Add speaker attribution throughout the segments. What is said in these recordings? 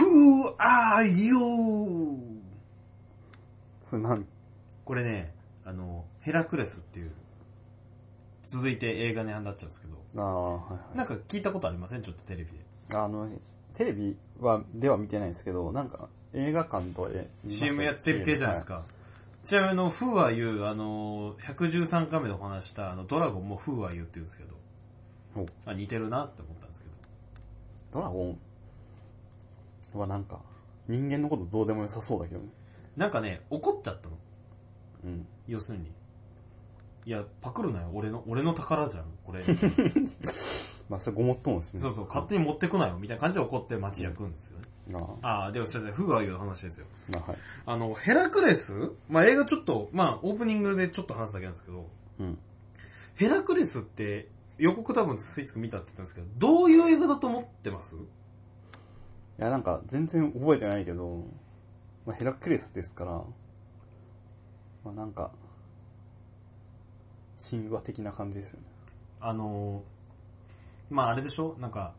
Speaker 1: Who are you?
Speaker 2: それ何
Speaker 1: これね、あの、ヘラクレスっていう、続いて映画になっちゃうんですけど、
Speaker 2: ああ、はいはい。
Speaker 1: なんか聞いたことありませんちょっとテレビで。
Speaker 2: あの、テレビは、では見てないんですけど、なんか、映画館とかで見ました
Speaker 1: CM やってる系じゃないです。か。ちなみにあの、Who are you? あの、113回目でお話した、あの、ドラゴンも Who are you? って言うんですけど、
Speaker 2: はいお
Speaker 1: あ、似てるなって思ったんですけど。
Speaker 2: ドラゴンはなんか、人間のことどうでも良さそうだけどね。
Speaker 1: なんかね、怒っちゃったの。
Speaker 2: うん。
Speaker 1: 要するに。いや、パクるなよ。俺の、俺の宝じゃん、こ れ。
Speaker 2: まあ、それごもっともですね。
Speaker 1: そうそう、勝手に持ってくなよ、みたいな感じで怒って街焼くんですよね。
Speaker 2: ああ、
Speaker 1: ああ、でも先生、フグアユの話ですよ。
Speaker 2: まあ、はい。
Speaker 1: あの、ヘラクレスまあ映画ちょっと、まあオープニングでちょっと話すだけなんですけど、
Speaker 2: うん。
Speaker 1: ヘラクレスって予告多分スイーツくん見たって言ったんですけど、どういう映画だと思ってます
Speaker 2: いや、なんか、全然覚えてないけど、まあ、ヘラクレスですから、まあ、なんか、神話的な感じですよね。
Speaker 1: あのー、まああれでしょなんか、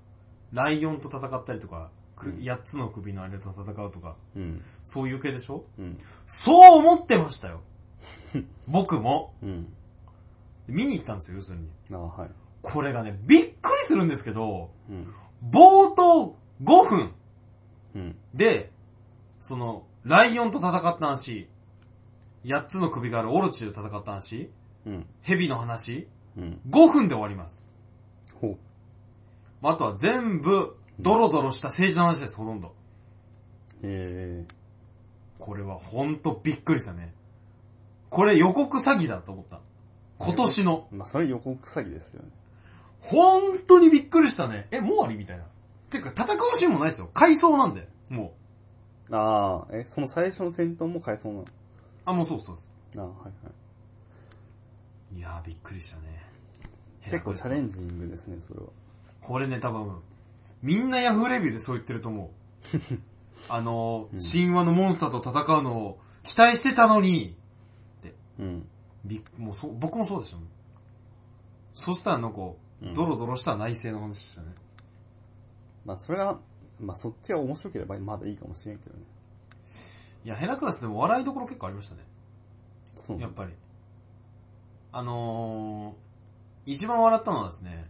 Speaker 1: ライオンと戦ったりとか、く
Speaker 2: うん
Speaker 1: 8つの首のあれと戦うとか、
Speaker 2: うん。
Speaker 1: そういう系でしょ
Speaker 2: うん。
Speaker 1: そう思ってましたよ僕も。
Speaker 2: うん。
Speaker 1: 見に行ったんですよ、要するに。
Speaker 2: ああ、はい。
Speaker 1: これがね、びっくりするんですけど、
Speaker 2: うん。
Speaker 1: 冒頭5分
Speaker 2: うん。
Speaker 1: で、その、ライオンと戦った話、8つの首があるオロチと戦った話、
Speaker 2: うん。
Speaker 1: ヘビの話、
Speaker 2: うん。
Speaker 1: 5分で終わります。
Speaker 2: ほう。
Speaker 1: あとは全部、ドロドロした政治の話です、ほとんど。
Speaker 2: え
Speaker 1: これはほんとびっくりしたね。これ予告詐欺だと思った。今年の。
Speaker 2: えまあ、それ予告詐欺ですよね。
Speaker 1: 本当にびっくりしたね。え、もう終わりみたいな。てか、戦うシーンもないですよ。回想なんで。も
Speaker 2: ああ、え、その最初の戦闘も変えそうなの
Speaker 1: う。あ、もうそうそうです。
Speaker 2: ああ、はいはい。
Speaker 1: いやー、びっくりしたね。
Speaker 2: 結構チャレ
Speaker 1: ジ。
Speaker 2: ンジングですね、それは。
Speaker 1: これね、多分、みんなヤフーレビューでそう言ってると思 う。あのー、神話のモンスターと戦うのを期待してたのに、
Speaker 2: うん。
Speaker 1: びっもうそう僕もそうでしたもん。そしたらなんか、
Speaker 2: うん
Speaker 1: ドロドロした内政の話でしたね。
Speaker 2: まあ、それが、まあ、そっちが面白ければまだいいかもしれんけどね。
Speaker 1: いや、ヘラクラスでも笑いどころ結構ありましたね。
Speaker 2: そう
Speaker 1: やっ
Speaker 2: ね。
Speaker 1: ぱり。あのー、一番笑ったのはですね、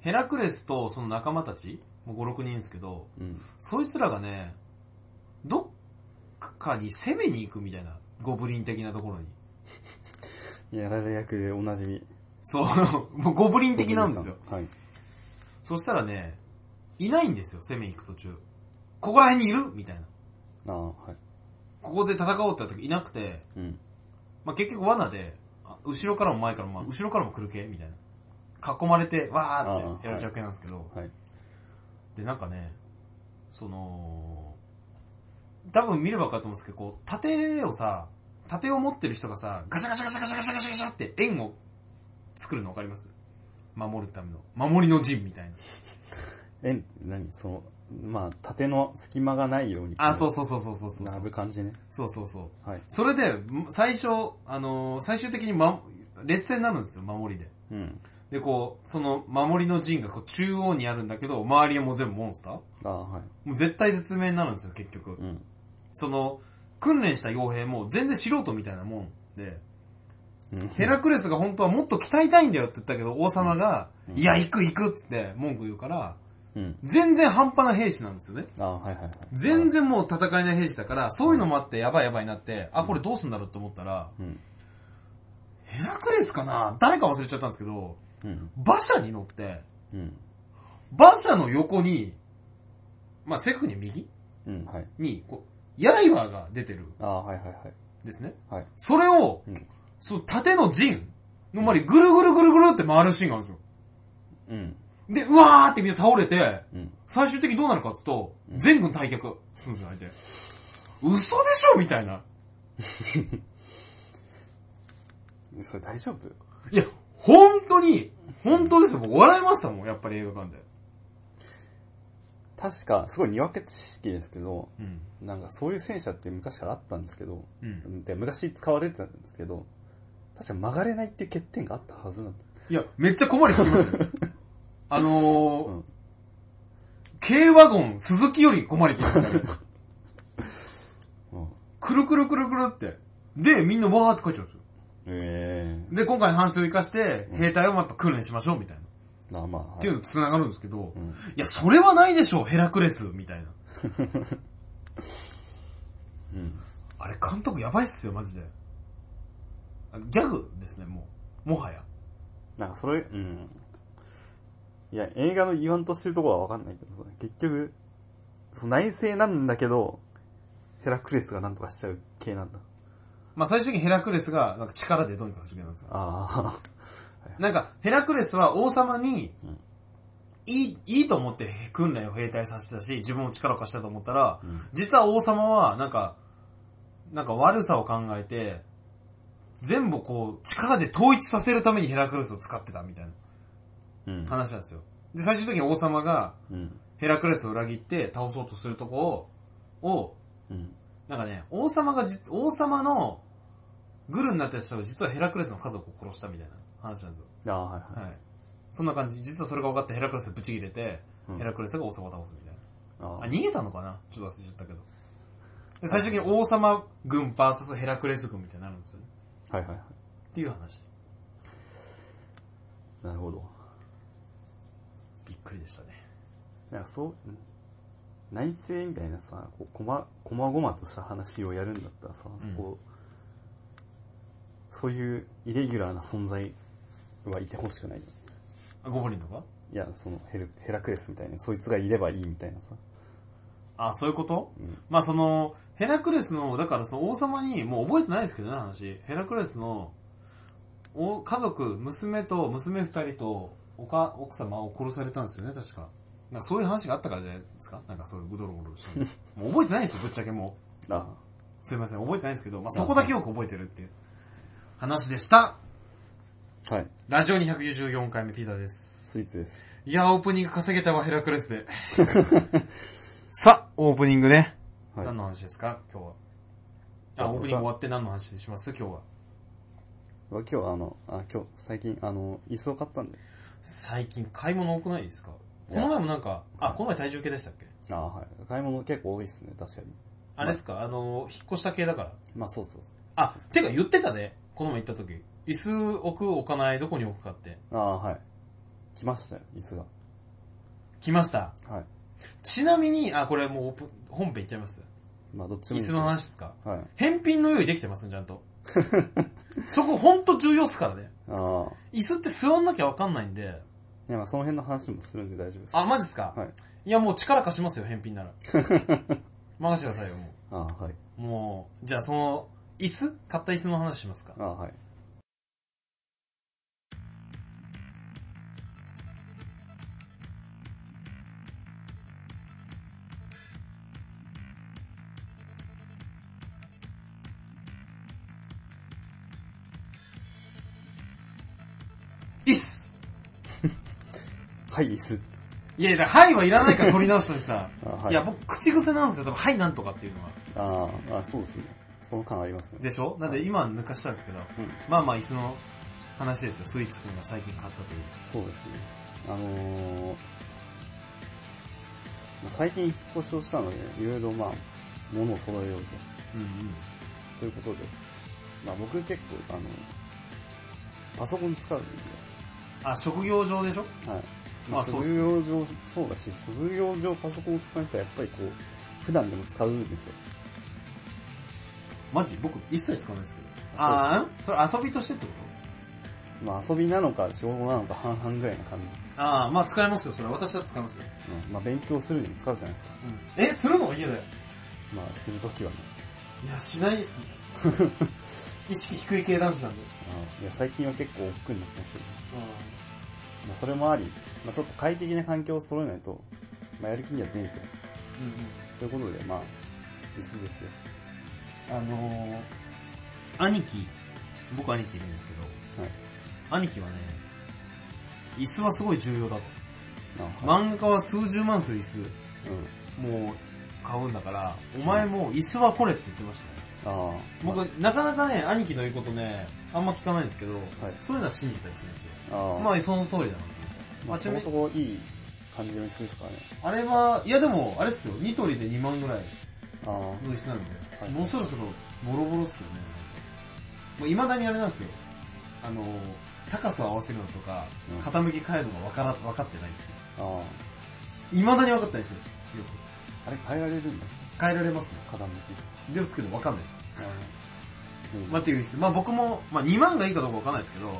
Speaker 1: ヘラクレスとその仲間たち、もう5、6人ですけど、
Speaker 2: うん。
Speaker 1: そいつらがね、どっかに攻めに行くみたいな、ゴブリン的なところに。
Speaker 2: やられ役でおなじみ。
Speaker 1: そう、もうゴブリン的なんですよ。
Speaker 2: はい。
Speaker 1: そしたらね、いないんですよ、攻めに行く途中。ここら辺にいるみたいな。
Speaker 2: ああ、はい。
Speaker 1: ここで戦おうってやった時いなくて、
Speaker 2: うん。
Speaker 1: まあ、結局罠で、あ後ろからも前からも、まあ、後ろからも来る系みたいな。囲まれて、わーってやられちゃう系なんですけど、
Speaker 2: はい。
Speaker 1: で、なんかね、その、多分見れば分かると思うんですけど、こう、盾をさ、盾を持ってる人がさ、ガシャガシャガシャガシャガシャガシャガシャって円を作るの分かります守るための。守りの陣みたいな。
Speaker 2: え、何その、まあ、縦の隙間がないように。
Speaker 1: あ、そうそうそうそうそうそう。
Speaker 2: 並ぶ感じね。
Speaker 1: そうそうそう。
Speaker 2: はい。
Speaker 1: それで、ん最初、あのー最終的に、ま、劣勢になるんですよ、守りで。
Speaker 2: うん。
Speaker 1: で、こう、その守りの陣がこう中央にあるんだけど、周りはもう全部モンスターも
Speaker 2: ああ、はい。
Speaker 1: う絶対絶命になるんですよ、結局。
Speaker 2: うん。
Speaker 1: その、訓練した傭兵も全然素人みたいなもんで、
Speaker 2: うん
Speaker 1: ヘラクレスが本当はもっと鍛えたいんだよって言ったけど、王様が、
Speaker 2: うん
Speaker 1: いや、行く行くっつって文句言うから、
Speaker 2: うん。
Speaker 1: 全然半端な兵士なんですよね。
Speaker 2: ああ、はいはいはい。
Speaker 1: 全。然もう戦えない兵士だから、そういうのもあってやばいやばいになって、あ、これどうすんだろうって思ったら、
Speaker 2: うん。
Speaker 1: ヘラクレスかな誰か忘れちゃったんですけど、
Speaker 2: うん。
Speaker 1: 馬車に乗って、
Speaker 2: うん。
Speaker 1: 馬車の横に、まあ、正確には右
Speaker 2: うん。はい。
Speaker 1: に、こう、刃が出てるん
Speaker 2: ああ、はいはいはい。
Speaker 1: ですね。
Speaker 2: はい。
Speaker 1: それを、
Speaker 2: うん
Speaker 1: その縦の陣の周りぐるぐるぐるぐるって回るシーンがあるん
Speaker 2: うん。
Speaker 1: ですよ。で、うわーってみんな倒れて、
Speaker 2: うん。
Speaker 1: 最終的にどうなるかっていうと、全軍退却するんですよ、相手。嘘でしょみたいな。
Speaker 2: それ大丈夫
Speaker 1: いや、本当に、本当ですよ。僕笑いましたもん、やっぱり映画館で。
Speaker 2: 確か、すごいにわか知識ですけど、
Speaker 1: うん。
Speaker 2: なんかそういう戦車って昔からあったんですけど、
Speaker 1: うん。
Speaker 2: で昔使われてたんですけど、確か曲がれないっていう欠点があったはずなんです。
Speaker 1: いや、めっちゃ困り聞きましたよ。あのー、
Speaker 2: うん
Speaker 1: 軽ワゴン、鈴木より困りきるんですよね。
Speaker 2: うん
Speaker 1: くるくるくるくるって。で、みんなわーって書いちゃうんですよ。
Speaker 2: ええ
Speaker 1: で、今回の反省を生かして、兵隊をまた訓練しましょうみたいな。
Speaker 2: まあまあ、はい
Speaker 1: っていうのと繋がるんですけど、
Speaker 2: ん
Speaker 1: いや、それはないでしょう、ヘラクレス、みたいな。
Speaker 2: うん
Speaker 1: あれ、監督やばいっすよ、マジで。あギャグですね、もう。もはや。
Speaker 2: なんかそれ、うん。いや、映画の言わんとしてるとこはわかんないけどさ、結局、その内政なんだけど、ヘラクレスがなんとかしちゃう系なんだ。
Speaker 1: まあ、最終的にヘラクレスが、なんか力でどうにかする気なんですよ。
Speaker 2: あ
Speaker 1: なんか、ヘラクレスは王様に、いい、いいと思って訓練を兵隊させたし、自分も力を貸したと思ったら、
Speaker 2: ん
Speaker 1: 実は王様は、なんか、なんか悪さを考えて、全部こう、力で統一させるためにヘラクレスを使ってたみたいな
Speaker 2: あ。うん。
Speaker 1: 話なんですよ。で、最終的に王様が
Speaker 2: うん。
Speaker 1: ヘラクレスを裏切って倒そうとするとこを、を、
Speaker 2: うん。
Speaker 1: なんかね、王様がじ、王様のグルになってた人が実はヘラクレスの家族を殺したみたいな話なんですよ。
Speaker 2: ああ、はいはい。
Speaker 1: はい。そんな感じ。実はそれが分かってヘラクレスぶち切れて、
Speaker 2: うん
Speaker 1: ヘラクレスが王様を倒すみたいな。
Speaker 2: あ
Speaker 1: あ、
Speaker 2: あ
Speaker 1: 逃げたのかなちょっと忘れちゃったけど。で、最終的に王様軍 VS ヘラクレス軍みたいになるんですよね。
Speaker 2: はいはいは
Speaker 1: っていう話。
Speaker 2: い。なるほど。
Speaker 1: びっくりでしたね。
Speaker 2: なんかそう、うん内政みたいなさ、こう、こま、こまごまとした話をやるんだったらさ、
Speaker 1: ん
Speaker 2: こう、そういうイレギュラーな存在はいてほしくないよね。
Speaker 1: あ、ゴブリンとか
Speaker 2: いや、そのヘル、ヘラクレスみたいな、そいつがいればいいみたいなさ。
Speaker 1: あ、そういうこと、
Speaker 2: うん
Speaker 1: まあその、ヘラクレスの、だからその王様に、もう覚えてないですけどね、話。ヘラクレスの、お家族、娘と、娘二人と、おか、奥様を殺されたんですよね、確か。なんかそういう話があったからじゃないですかなんかそういうグドログドロ したのもう覚えてないですよ、ぶっちゃけもう。
Speaker 2: あ
Speaker 1: すいません、覚えてないですけど、まあそこだけよく覚えてるっていう話でした。
Speaker 2: あ。はい。
Speaker 1: ラジオ214回目ピザです。
Speaker 2: スイーツです。
Speaker 1: いやー、オープニング稼げたわ、ヘラクレス で。さあ、オープニングね。
Speaker 2: はい。
Speaker 1: 何の話ですか今日は。あ、
Speaker 2: あ
Speaker 1: オープニング終わって何の話します今日は。
Speaker 2: 僕今日はあの、あ、今日、最近、あの、椅子を買ったんで。
Speaker 1: 最近買い物多くないですか
Speaker 2: い
Speaker 1: こ
Speaker 2: や
Speaker 1: の前もなんか、あ、この前体重計でしたっけ
Speaker 2: ああ、はい。買い物結構多いっすね、確かに。
Speaker 1: あれですかあの、引っ越した系だから。
Speaker 2: まあそうそうそ
Speaker 1: あ、てか言ってたね。この前行った時。椅子置く、置かない、どこに置くかって。
Speaker 2: う。ああ、はい。来ましたよ、椅子
Speaker 1: 来ました。
Speaker 2: が。はい。
Speaker 1: ちなみに、あ、これもうオープ本編行っちゃいます。
Speaker 2: まあどっちもい
Speaker 1: 椅
Speaker 2: いんで
Speaker 1: 子の
Speaker 2: すけど。
Speaker 1: 話ですか
Speaker 2: はい。
Speaker 1: 返品の用意できてますちゃんと。そこほんと重要っすからね。
Speaker 2: ああ。
Speaker 1: 椅子って座んなきゃわかんないんで。
Speaker 2: いや、まあその辺の話もするんで大丈夫です。
Speaker 1: あ、マジっすか
Speaker 2: はい。
Speaker 1: いや、もう力貸しますよ、返品なら。任せてくださいよ、も
Speaker 2: ああ、はい。
Speaker 1: う。もう、じゃあその、椅子買った椅子の話しますか。
Speaker 2: ああ、はい。
Speaker 1: 椅子
Speaker 2: はい、椅子。、
Speaker 1: いやいや、はいはいらないから取り直すとさ
Speaker 2: あはい
Speaker 1: いや、僕、口癖なんですよ、多分、はいなんとかっていうのは。
Speaker 2: ああ、ああそうですね。その感ありますね。
Speaker 1: でしょなんで今抜かしたんですけど、
Speaker 2: うん
Speaker 1: まあまあ椅子の話ですよ、スイーツくんが最近買ったという。
Speaker 2: そうですね。あのー、まあ最近引っ越しをしたので、いろいろまあ、物を揃えようと。
Speaker 1: うんうん。
Speaker 2: ということで、まあ僕結構、あの、パソコン使うんで、
Speaker 1: あ、職業上でしょ
Speaker 2: はい。
Speaker 1: まあそうっす
Speaker 2: 職業上、そうだし、職業上パソコンを使う人はやっぱりこう、普段でも使うんですよ。
Speaker 1: マジ僕、一切使わないですけど。
Speaker 2: あ
Speaker 1: あーんそれ遊びとしてってこ
Speaker 2: まあ遊びなのか仕事なのか半々ぐらいな感じ。
Speaker 1: とああ、まあ使えますよ、それ。私は使いますよ。
Speaker 2: うん、まあ勉強するにも使うじゃないですか。
Speaker 1: うん、え、するの家で
Speaker 2: まあするときはね。
Speaker 1: いや、しないですね。 意識低い系男子なんで。
Speaker 2: うんいや最近は結構億劫になってますけど。まあ、それもあり、まあ、ちょっと快適な環境を揃えないと、まあ、やる気には出ないと。ということで、まあ、椅子ですよ。
Speaker 1: あのー、兄貴、僕兄貴いるんですけど、
Speaker 2: はい。
Speaker 1: 兄貴はね、椅子はすごい重要だと。
Speaker 2: まあ、はい
Speaker 1: 漫画家は数十万する椅子、
Speaker 2: うん。
Speaker 1: もう買うんだから、お前もう椅子はこれって言ってましたね。
Speaker 2: ああ。
Speaker 1: 僕、なかなかね、兄貴の言うことね、あんま聞かないんですけど、
Speaker 2: い
Speaker 1: そういうのは信じたりするんですよ。
Speaker 2: ああ。
Speaker 1: まあ、その通りだなっていう。
Speaker 2: ま
Speaker 1: ま
Speaker 2: あ、
Speaker 1: あ、ち
Speaker 2: そ
Speaker 1: なみ
Speaker 2: こ
Speaker 1: に
Speaker 2: そこいい感じの椅子ですからね。
Speaker 1: あれは、いやでも、あれっすよ。ニトリで2万ぐらい
Speaker 2: ああ、
Speaker 1: の椅子なんで、
Speaker 2: はい
Speaker 1: もうそろそろボロボロっすよね。もう未だにあれなんですよ。あの、高さを合わせるのとか
Speaker 2: うん、
Speaker 1: 傾き変えるのが分から、分かってないってい
Speaker 2: あ
Speaker 1: う。未だに分かってないですよ。よ
Speaker 2: あ、あれ変えられるんだ、
Speaker 1: く。変えられますね。
Speaker 2: 傾き。
Speaker 1: ですけど分かんないです。
Speaker 2: ああうん
Speaker 1: まあっていう椅子。まあ僕も、まあ2万がいいかどうか分かんないですけど、
Speaker 2: うん。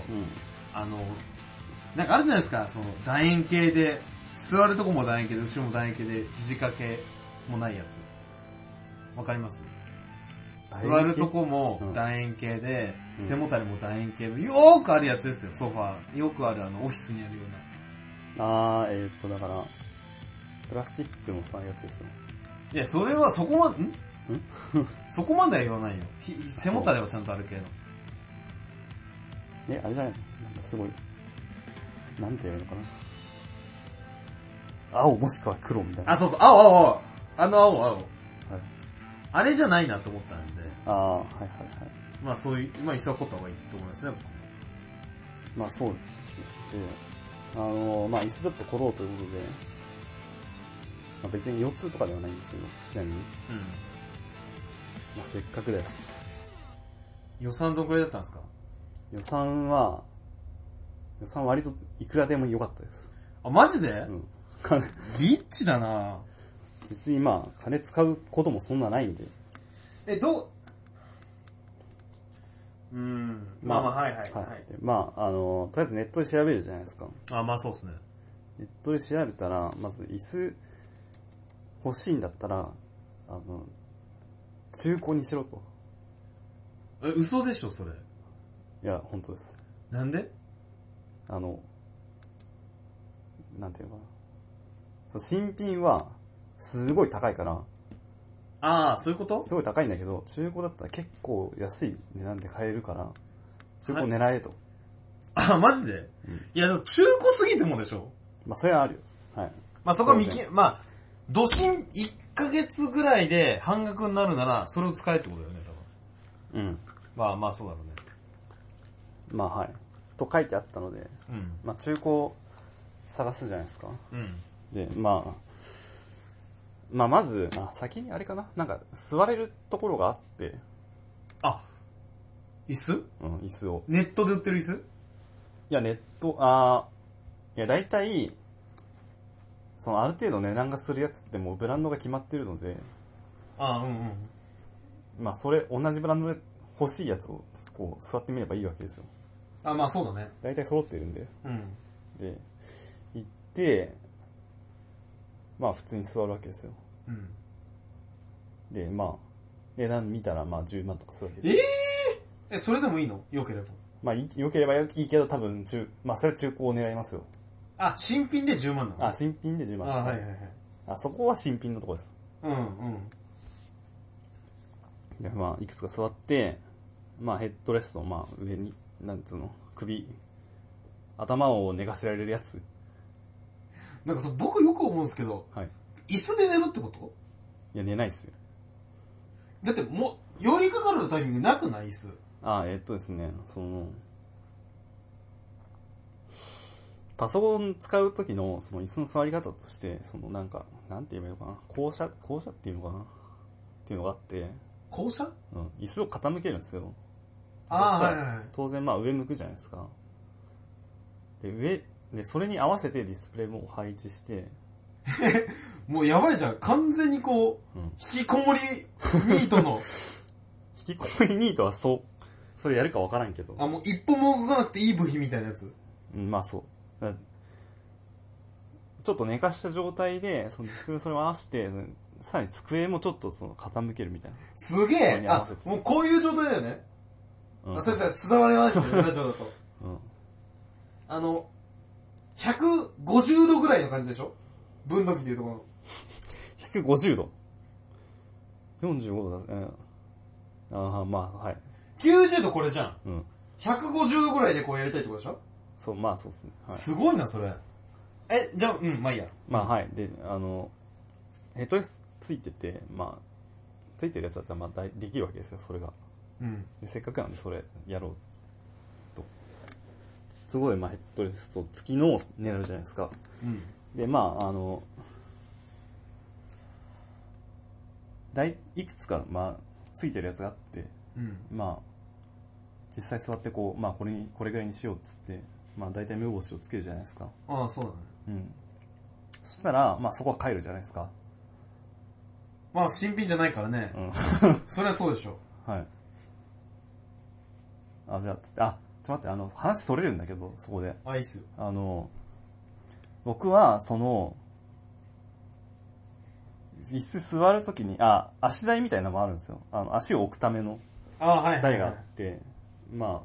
Speaker 1: あの、なんかあるじゃないですか、その、楕円形で、座るとこも楕円形で、後ろも楕円形で、肘掛けもないやつ。わかります
Speaker 2: 楕円
Speaker 1: 座
Speaker 2: 形
Speaker 1: るとこも
Speaker 2: うん
Speaker 1: 楕円形で、
Speaker 2: うん
Speaker 1: 背もたれも楕円形の、よーくあるやつですよ、ソファー。よくある、あの、オフィスにあるような。
Speaker 2: ああ、えーっと、だから、プラスチックのさ、やつでし
Speaker 1: い
Speaker 2: ょ。
Speaker 1: や、それはそこま、ん
Speaker 2: ん
Speaker 1: そこまでは言わないよ。ひ背もたれはちゃんとあるけど。
Speaker 2: え、あれじゃないなんかすごい。なんて言うのかな。青もしくは黒みたいな。
Speaker 1: あ、そうそう、青青青。あの青青。
Speaker 2: はい、
Speaker 1: あれじゃないなと思ったんで、
Speaker 2: ああ、はいはいはい。
Speaker 1: まあそういう、まあ椅子は凝った方がいいと思いますね、僕も
Speaker 2: まあそうですね。であの、まあ椅子ちょっと凝ろうということで、まあ別に腰痛とかではないんですけど、ちなみに。
Speaker 1: うん。
Speaker 2: まあせっかくだし。
Speaker 1: 予算どんくらいだったんですか
Speaker 2: 予算は、予算割といくらでも良かったです。
Speaker 1: あ、マジで、
Speaker 2: うん。金
Speaker 1: リッチだな
Speaker 2: 別にまあ、金使うこともそんなないんで。
Speaker 1: え、どううん。まあまあ、はいはいはい。
Speaker 2: でまあ、あの、とりあえずネットで調べるじゃないですか。
Speaker 1: あ、まあそうっすね。
Speaker 2: ネットで調べたら、まず椅子欲しいんだったら、あの、中古にしろと。
Speaker 1: え、嘘でしょ、それ。
Speaker 2: いや、本当です。
Speaker 1: なんで
Speaker 2: あの、なんていうのかな。そう新品は、すごい高いから、
Speaker 1: ああ、そう いうこと
Speaker 2: すごい高いんだけど、中古だったら結構安い値段で買えるから、中古狙えと。
Speaker 1: あ、マジで、
Speaker 2: うん
Speaker 1: いや、でも中古すぎてもでしょ
Speaker 2: まあ、それはあるよ。はい。
Speaker 1: まあそこは見
Speaker 2: そう
Speaker 1: き、まあ、土神1ヶ月ぐらいで半額になるなら、それを使えってことだよね、多分。
Speaker 2: うん。
Speaker 1: まあまあそうだろうね。
Speaker 2: まあ、はい。と書いてあったので、
Speaker 1: うん。
Speaker 2: まあ、中古探すじゃないですか。
Speaker 1: うん。
Speaker 2: で、まあ、まあ、まず、あ、先にあれかななんか、座れるところがあって、
Speaker 1: あ、椅子
Speaker 2: うん、椅子を。
Speaker 1: ネットで売ってる椅子
Speaker 2: いや、ネット、あーいや、大体、その、ある程度値段がするやつってもうブランドが決まってるので、
Speaker 1: あうんうん。
Speaker 2: まあ、それ、同じブランドで欲しいやつを、こう、座ってみればいいわけですよ。
Speaker 1: あ、まあそうだね。
Speaker 2: 大体揃ってるんで。
Speaker 1: うん。
Speaker 2: で、行って、まあ、普通に座るわけですよ。
Speaker 1: うん。
Speaker 2: で、まあ、値段見たら、まあ、10万とかするわけです。
Speaker 1: ええそれでもいいの良ければ。
Speaker 2: まあ、い良ければいいけど、多分、中、まあ、それは中古を狙いますよ。
Speaker 1: あ、新品で10万なの
Speaker 2: あ、新品で10
Speaker 1: あ
Speaker 2: 万です、
Speaker 1: はいはいはい。
Speaker 2: あ、そこは新品のとこです。
Speaker 1: うんうん。
Speaker 2: いや、まあ、いくつか座って、まあ、ヘッドレストの、まあ、上に、なんつうの、首、頭を寝かせられるやつ。
Speaker 1: なんかそ僕よく思うんですけど、
Speaker 2: はい。
Speaker 1: 椅子で寝るってこと
Speaker 2: いや、寝ないっすよ。
Speaker 1: だってもう、寄りかかるタイミングなくない椅子。
Speaker 2: あ、えっとですね、その、パソコン使う時の、その椅子の座り方として、そのなんか、なんて言えばいいのかな、校舎、校舎っていうのかなっていうのがあって、
Speaker 1: 校舎
Speaker 2: うん、椅子を傾けるんですよ。
Speaker 1: あー
Speaker 2: そ
Speaker 1: は
Speaker 2: し
Speaker 1: いは
Speaker 2: たら
Speaker 1: いはい。
Speaker 2: 当然まあ上向くじゃないですか。で、上、で、それに合わせてディスプレイも配置して、
Speaker 1: もうやばいじゃん。完全にこう、
Speaker 2: うん
Speaker 1: 引きこもりニート の、
Speaker 2: 引きこもりニートはそう、それやるかわからんけど。
Speaker 1: あ、もう一歩も動かなくていい部品みたいなやつ。
Speaker 2: うん、まあそう。だちょっと寝かした状態で、その机それを合わせて、さらに机もちょっとその傾けるみたい
Speaker 1: すげ
Speaker 2: ここ
Speaker 1: え
Speaker 2: に合わ
Speaker 1: あ
Speaker 2: せ、て
Speaker 1: もうこういう状態だよね。
Speaker 2: な。うん、
Speaker 1: あ、そうです伝わりますよね、ラジオだと。
Speaker 2: うん。
Speaker 1: あの、150度ぐらいの感じでしょ分度器でいうところの。
Speaker 2: 150度。45度だね。うんああ、まあ、はい。
Speaker 1: 90度これじゃん。
Speaker 2: うん。
Speaker 1: 150度ぐらいでこうやりたいってことでしょ、
Speaker 2: そう、まあそうですね。はい。
Speaker 1: すごいな、それ。え、じゃあ、うん、まあいいや。
Speaker 2: まあはい。で、あの、ヘッドレスついてて、まあ、ついてるやつだったら、まあ、だいできるわけですよ、それが。
Speaker 1: うん。
Speaker 2: でせっかくなんでそれやろうと。すごい、まあ、ヘッドレスト付きのを狙うじゃないですか。
Speaker 1: うん。
Speaker 2: で、まあ、あの、だいいくつか、まあ、ついてるやつがあって、
Speaker 1: うん。
Speaker 2: まあ、実際座ってこう、まあ、これに、これぐらいにしようっつって、まあ、大体目星をつけるじゃないですか。
Speaker 1: ああ、そうだね。
Speaker 2: うん。そしたら、まあ、そこは帰るじゃないですか。
Speaker 1: まあ、新品じゃないからね
Speaker 2: う。ん。
Speaker 1: それはそうでしょ。
Speaker 2: はい。あ、じゃあ、つって、あ、ちょっと待って、あの、話それるんだけど、そこで。
Speaker 1: アイス。
Speaker 2: あの、僕は、その、椅子座るときに、あ、足台みたいなのもあるんですよ。あの、足を置くための
Speaker 1: ああ、はい。
Speaker 2: 台があって、まあ、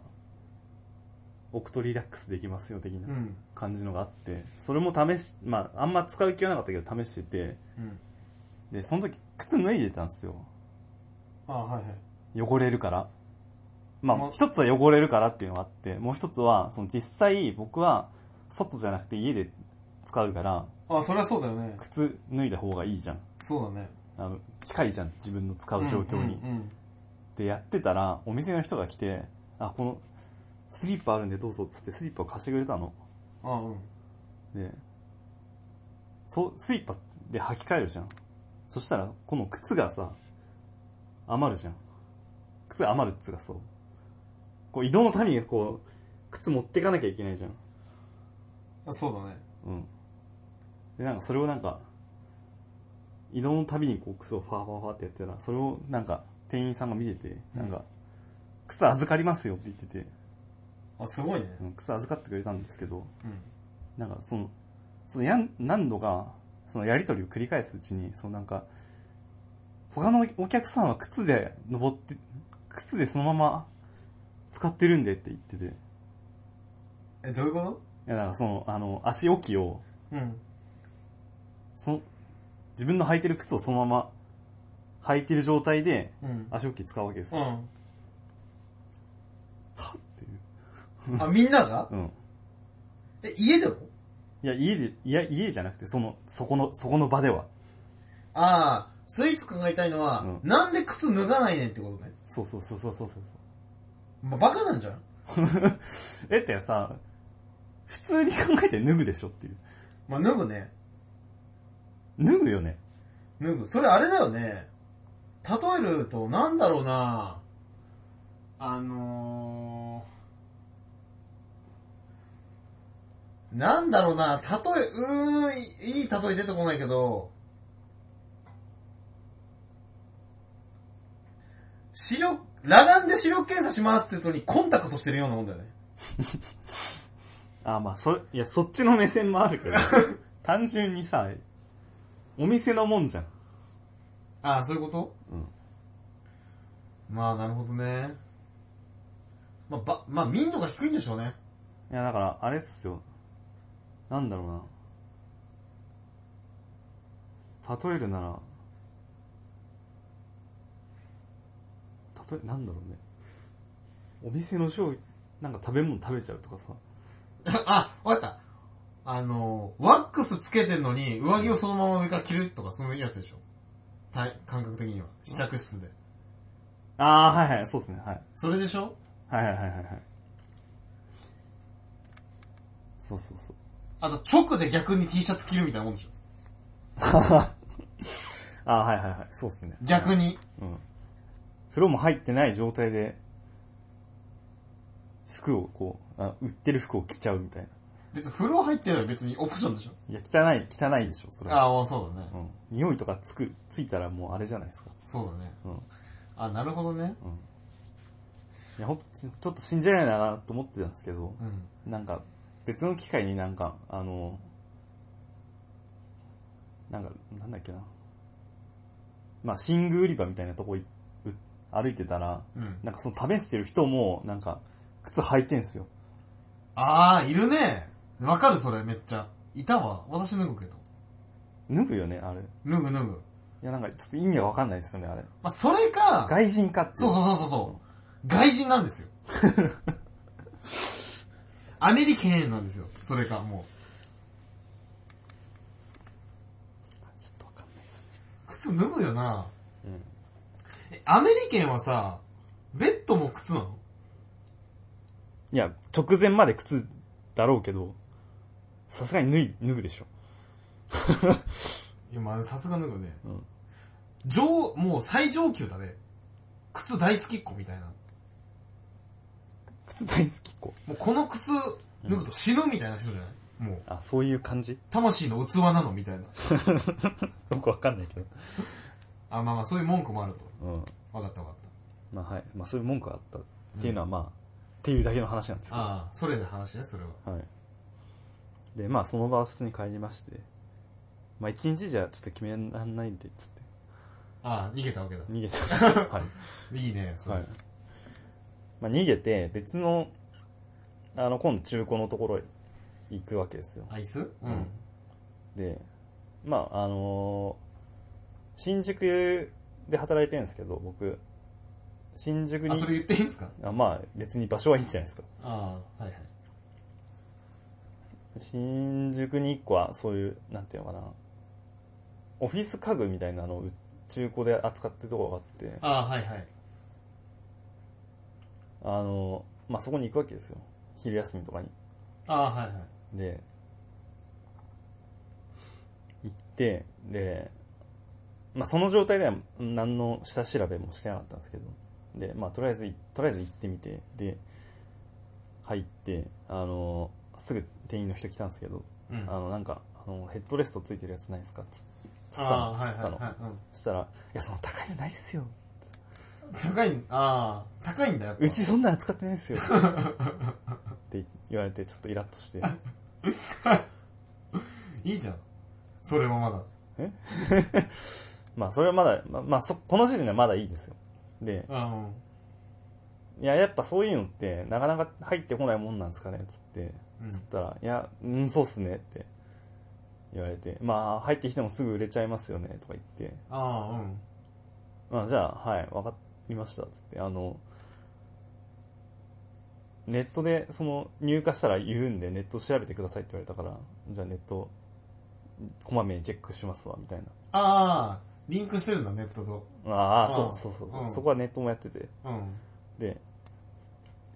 Speaker 2: 置くとリラックスできますよ、的
Speaker 1: う。
Speaker 2: なん感じのがあって、それも試し、まあ、あんま使う気はなかったけど試してて、
Speaker 1: うん。
Speaker 2: で、その時、靴脱いでたんですよ。
Speaker 1: ああ、はいはい。
Speaker 2: 汚れるから。ま
Speaker 1: ま
Speaker 2: あ、一つは汚れるからっていうのがあって、もう一つは、その実際僕は、外じゃなくて家で使うから、
Speaker 1: ああ、それはそうだよね。
Speaker 2: 靴脱いだ方がいいじゃん。
Speaker 1: そうだね。
Speaker 2: あの、近いじゃん、自分の使う状況に。
Speaker 1: うんうんうん。
Speaker 2: で、やってたら、お店の人が来て、あ、この、スリッパあるんでどうぞっつってスリッパを貸してくれたの。
Speaker 1: ああ、うん。
Speaker 2: で、そう、スリッパで履き替えるじゃん。そしたら、この靴がさ、余るじゃん。靴が余るっつうかそう。こう移動のためにこう、靴持ってかなきゃいけないじゃん。
Speaker 1: あそうだね。
Speaker 2: うん。で、なんかそれをなんか、移動のたびにこう靴をファーファーファーってやってたら、それをなんか店員さんが見てて、なんか、靴預かりますよって言ってて、
Speaker 1: あ、すごいね。
Speaker 2: うん靴預かってくれたんですけど、
Speaker 1: うん。
Speaker 2: なんかその、そのやん何度か、そのやりとりを繰り返すうちに、そのなんか、他のお客さんは靴で登って、靴でそのまま使ってるんでって言ってて、い
Speaker 1: え、どういうこ
Speaker 2: やなんかその、あの、足置きを、
Speaker 1: とうん。
Speaker 2: その、自分の履いてる靴をそのまま履いてる状態で
Speaker 1: うん。
Speaker 2: 足置き使うわけですよ。
Speaker 1: う。
Speaker 2: っていうん
Speaker 1: あ、みんなが
Speaker 2: うん。
Speaker 1: え、家でも
Speaker 2: いや、家で、いや、家じゃなくて、その、そこの、そこの場では。
Speaker 1: ああ、スイーツ考えたいのは、
Speaker 2: うん
Speaker 1: なんで靴脱がないねんってことね。
Speaker 2: そうそうそうそうそうそう。
Speaker 1: まあ、バカなんじゃん
Speaker 2: えってさ、普通に考えて脱ぐでしょっていう。
Speaker 1: まあ、脱ぐね。
Speaker 2: 脱ぐよね。
Speaker 1: 脱ぐ。それあれだよね。例えると、なんだろうなあのー、なんだろうな例え、うーん、いいい例え出てこないけど、視力、裸眼で視力検査しますって言うとにコンタクトしてるようなもんだよね。
Speaker 2: あ、まあ、それ、いや、そっちの目線もあるけど、単純にさ、お店のもんじゃん。
Speaker 1: ああ、そういうこと
Speaker 2: うん
Speaker 1: まあ、なるほどね。まあ、ば、まあ、民度が低いんでしょうね。
Speaker 2: いや、だから、あれっすよ。なんだろうな。例えるなら、例え、なんだろうね。お店の商品、なんか食べ物食べちゃうとかさ。
Speaker 1: あ、わかった。あの、ワックスつけてんのに、上着をそのまま上から着るとか、そのやつでしょ。体感覚的には。試着室で。
Speaker 2: ああ、はいはい、そうっすね、はい。
Speaker 1: それでしょ
Speaker 2: はいはいはいはいはい。そうそうそう。
Speaker 1: あと、直で逆に T シャツ着るみたいなもんでしょ。
Speaker 2: ああ、はいはいはい、そうっすね。
Speaker 1: 逆に。
Speaker 2: うん。風呂も入ってない状態で、服をこうあ、売ってる服を着ちゃうみたいな。
Speaker 1: 別に風呂入ってれば別にオプションでしょ。
Speaker 2: いや、汚い、汚いでしょ、それは。
Speaker 1: ああ、まあそうだね
Speaker 2: う。ん。匂いとかつく、ついたらもうあれじゃないですか。
Speaker 1: そうだね。
Speaker 2: うん。うん。
Speaker 1: あ、なるほどね。
Speaker 2: いや、ほんと、ちちょっと信じられないなと思ってたんですけど、
Speaker 1: うん。
Speaker 2: なんか、別の機会になんか、あの、なんか、なんだっけな。まあ、寝具売り場みたいなとこいう歩いてたら、
Speaker 1: うん。
Speaker 2: なんかその試してる人も、なんか、靴履いてんすよ。
Speaker 1: ああ、いるね。わかるそれ、めっちゃ。いたわ。私脱ぐけど。
Speaker 2: 脱ぐよね、あれ。い
Speaker 1: 脱ぐ脱ぐ。
Speaker 2: や、なんか、ちょっと意味がわかんないですよね、あれ。
Speaker 1: まあ、それか、
Speaker 2: 外人かってい
Speaker 1: そうそうそうそうそう。外人なん ですよ。アメリケーンなんですよ。それか、も
Speaker 2: ちょっとわかんないです。
Speaker 1: う。靴脱ぐよな。
Speaker 2: うん。
Speaker 1: えアメリケンはさ、ベッドも靴なの
Speaker 2: いや、直前まで靴だろうけど、さすがに脱い、脱ぐでしょ。
Speaker 1: いや、まあさすがなんかね、
Speaker 2: うん
Speaker 1: 上、もう最上級だね。靴大好きっ子みたいな。
Speaker 2: 靴大好きっ子。
Speaker 1: もうこの靴脱ぐと死ぬみたいな人じゃない、もう、
Speaker 2: あ、そういう感じ
Speaker 1: 魂の器なのみたいな。
Speaker 2: よくわかんないけど。
Speaker 1: あ、まあまあそういう文句もあると。
Speaker 2: うん。
Speaker 1: わかったわかった。
Speaker 2: まあはい。まあそういう文句があったっていうのはまあ、っていうだけの話なんですけど。
Speaker 1: ああ、それで話ね、それは。
Speaker 2: はい。で、まあその場は普通に帰りまして、まあ一日じゃちょっと決めらんないんで、つって。
Speaker 1: ああ、逃げたわけだ。
Speaker 2: 逃げた。 はい。
Speaker 1: いいね、それ。
Speaker 2: はい。まあ、逃げて、別の、あの、今度中古のところへ行くわけですよ。
Speaker 1: アイスう
Speaker 2: うん。で、まあ、あのー新宿で働いてるんですけど、僕、新宿
Speaker 1: あ、
Speaker 2: に
Speaker 1: そ、れ言っていいんすか
Speaker 2: あまあ、別に場所はいいんじゃないですか。
Speaker 1: ああ、はいはい。
Speaker 2: 新宿に一個は、そういう、なんていうのかな、オフィス家具みたいなのを中古で扱ってるところがあって、
Speaker 1: ああ、はいはい。
Speaker 2: あのーまあ、そこに行くわけですよ。昼休みとかに。
Speaker 1: ああ、はいはい。
Speaker 2: で、行って、で、まあその状態では何の下調べもしてなかったんですけど、で、まあとりあえず、とりあえず行ってみて、で、入って、あの、すぐ店員の人来たんですけど、
Speaker 1: うん。
Speaker 2: あの、なんか、あの、ヘッドレストついてるやつないですかつつっ
Speaker 1: あ
Speaker 2: たの
Speaker 1: あ、はいは
Speaker 2: つった
Speaker 1: い
Speaker 2: の。
Speaker 1: はい。うん
Speaker 2: そしたら、いや、その高いのないっすよ。
Speaker 1: 高い、ああ、高いんだよ。
Speaker 2: うちそんなの使ってないっ すよ。って言われて、ちょっとイラッとして。
Speaker 1: いいじゃん。それもまだ。
Speaker 2: まあ、それはまだ、まあ、まあ、そ、この時点ではまだいいですよ。で、
Speaker 1: ああ、うん
Speaker 2: いや、やっぱそういうのって、なかなか入ってこないもんなんですかねつって、
Speaker 1: うん
Speaker 2: つったら、いや、うん、そうっすねって言われて、まあ、入ってきてもすぐ売れちゃいますよね、とか言って、
Speaker 1: ああ、うん。
Speaker 2: まあ、じゃあ、はい、わかりました、つって、あの、ネットで、その、入荷したら言うんで、ネット調べてくださいって言われたから、じゃあネット、こまめにチェックしますわ、みたいな。
Speaker 1: ああ、リンクしてるんだ、ネットと。
Speaker 2: ああ、
Speaker 1: ああ
Speaker 2: そうそうそう、
Speaker 1: うん
Speaker 2: そこはネットもやってて。
Speaker 1: うん。うん。
Speaker 2: で、